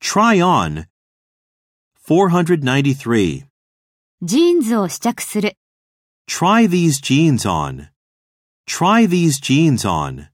Try on. 493. ジーンズを試着する。 Try these jeans on. Try these jeans on.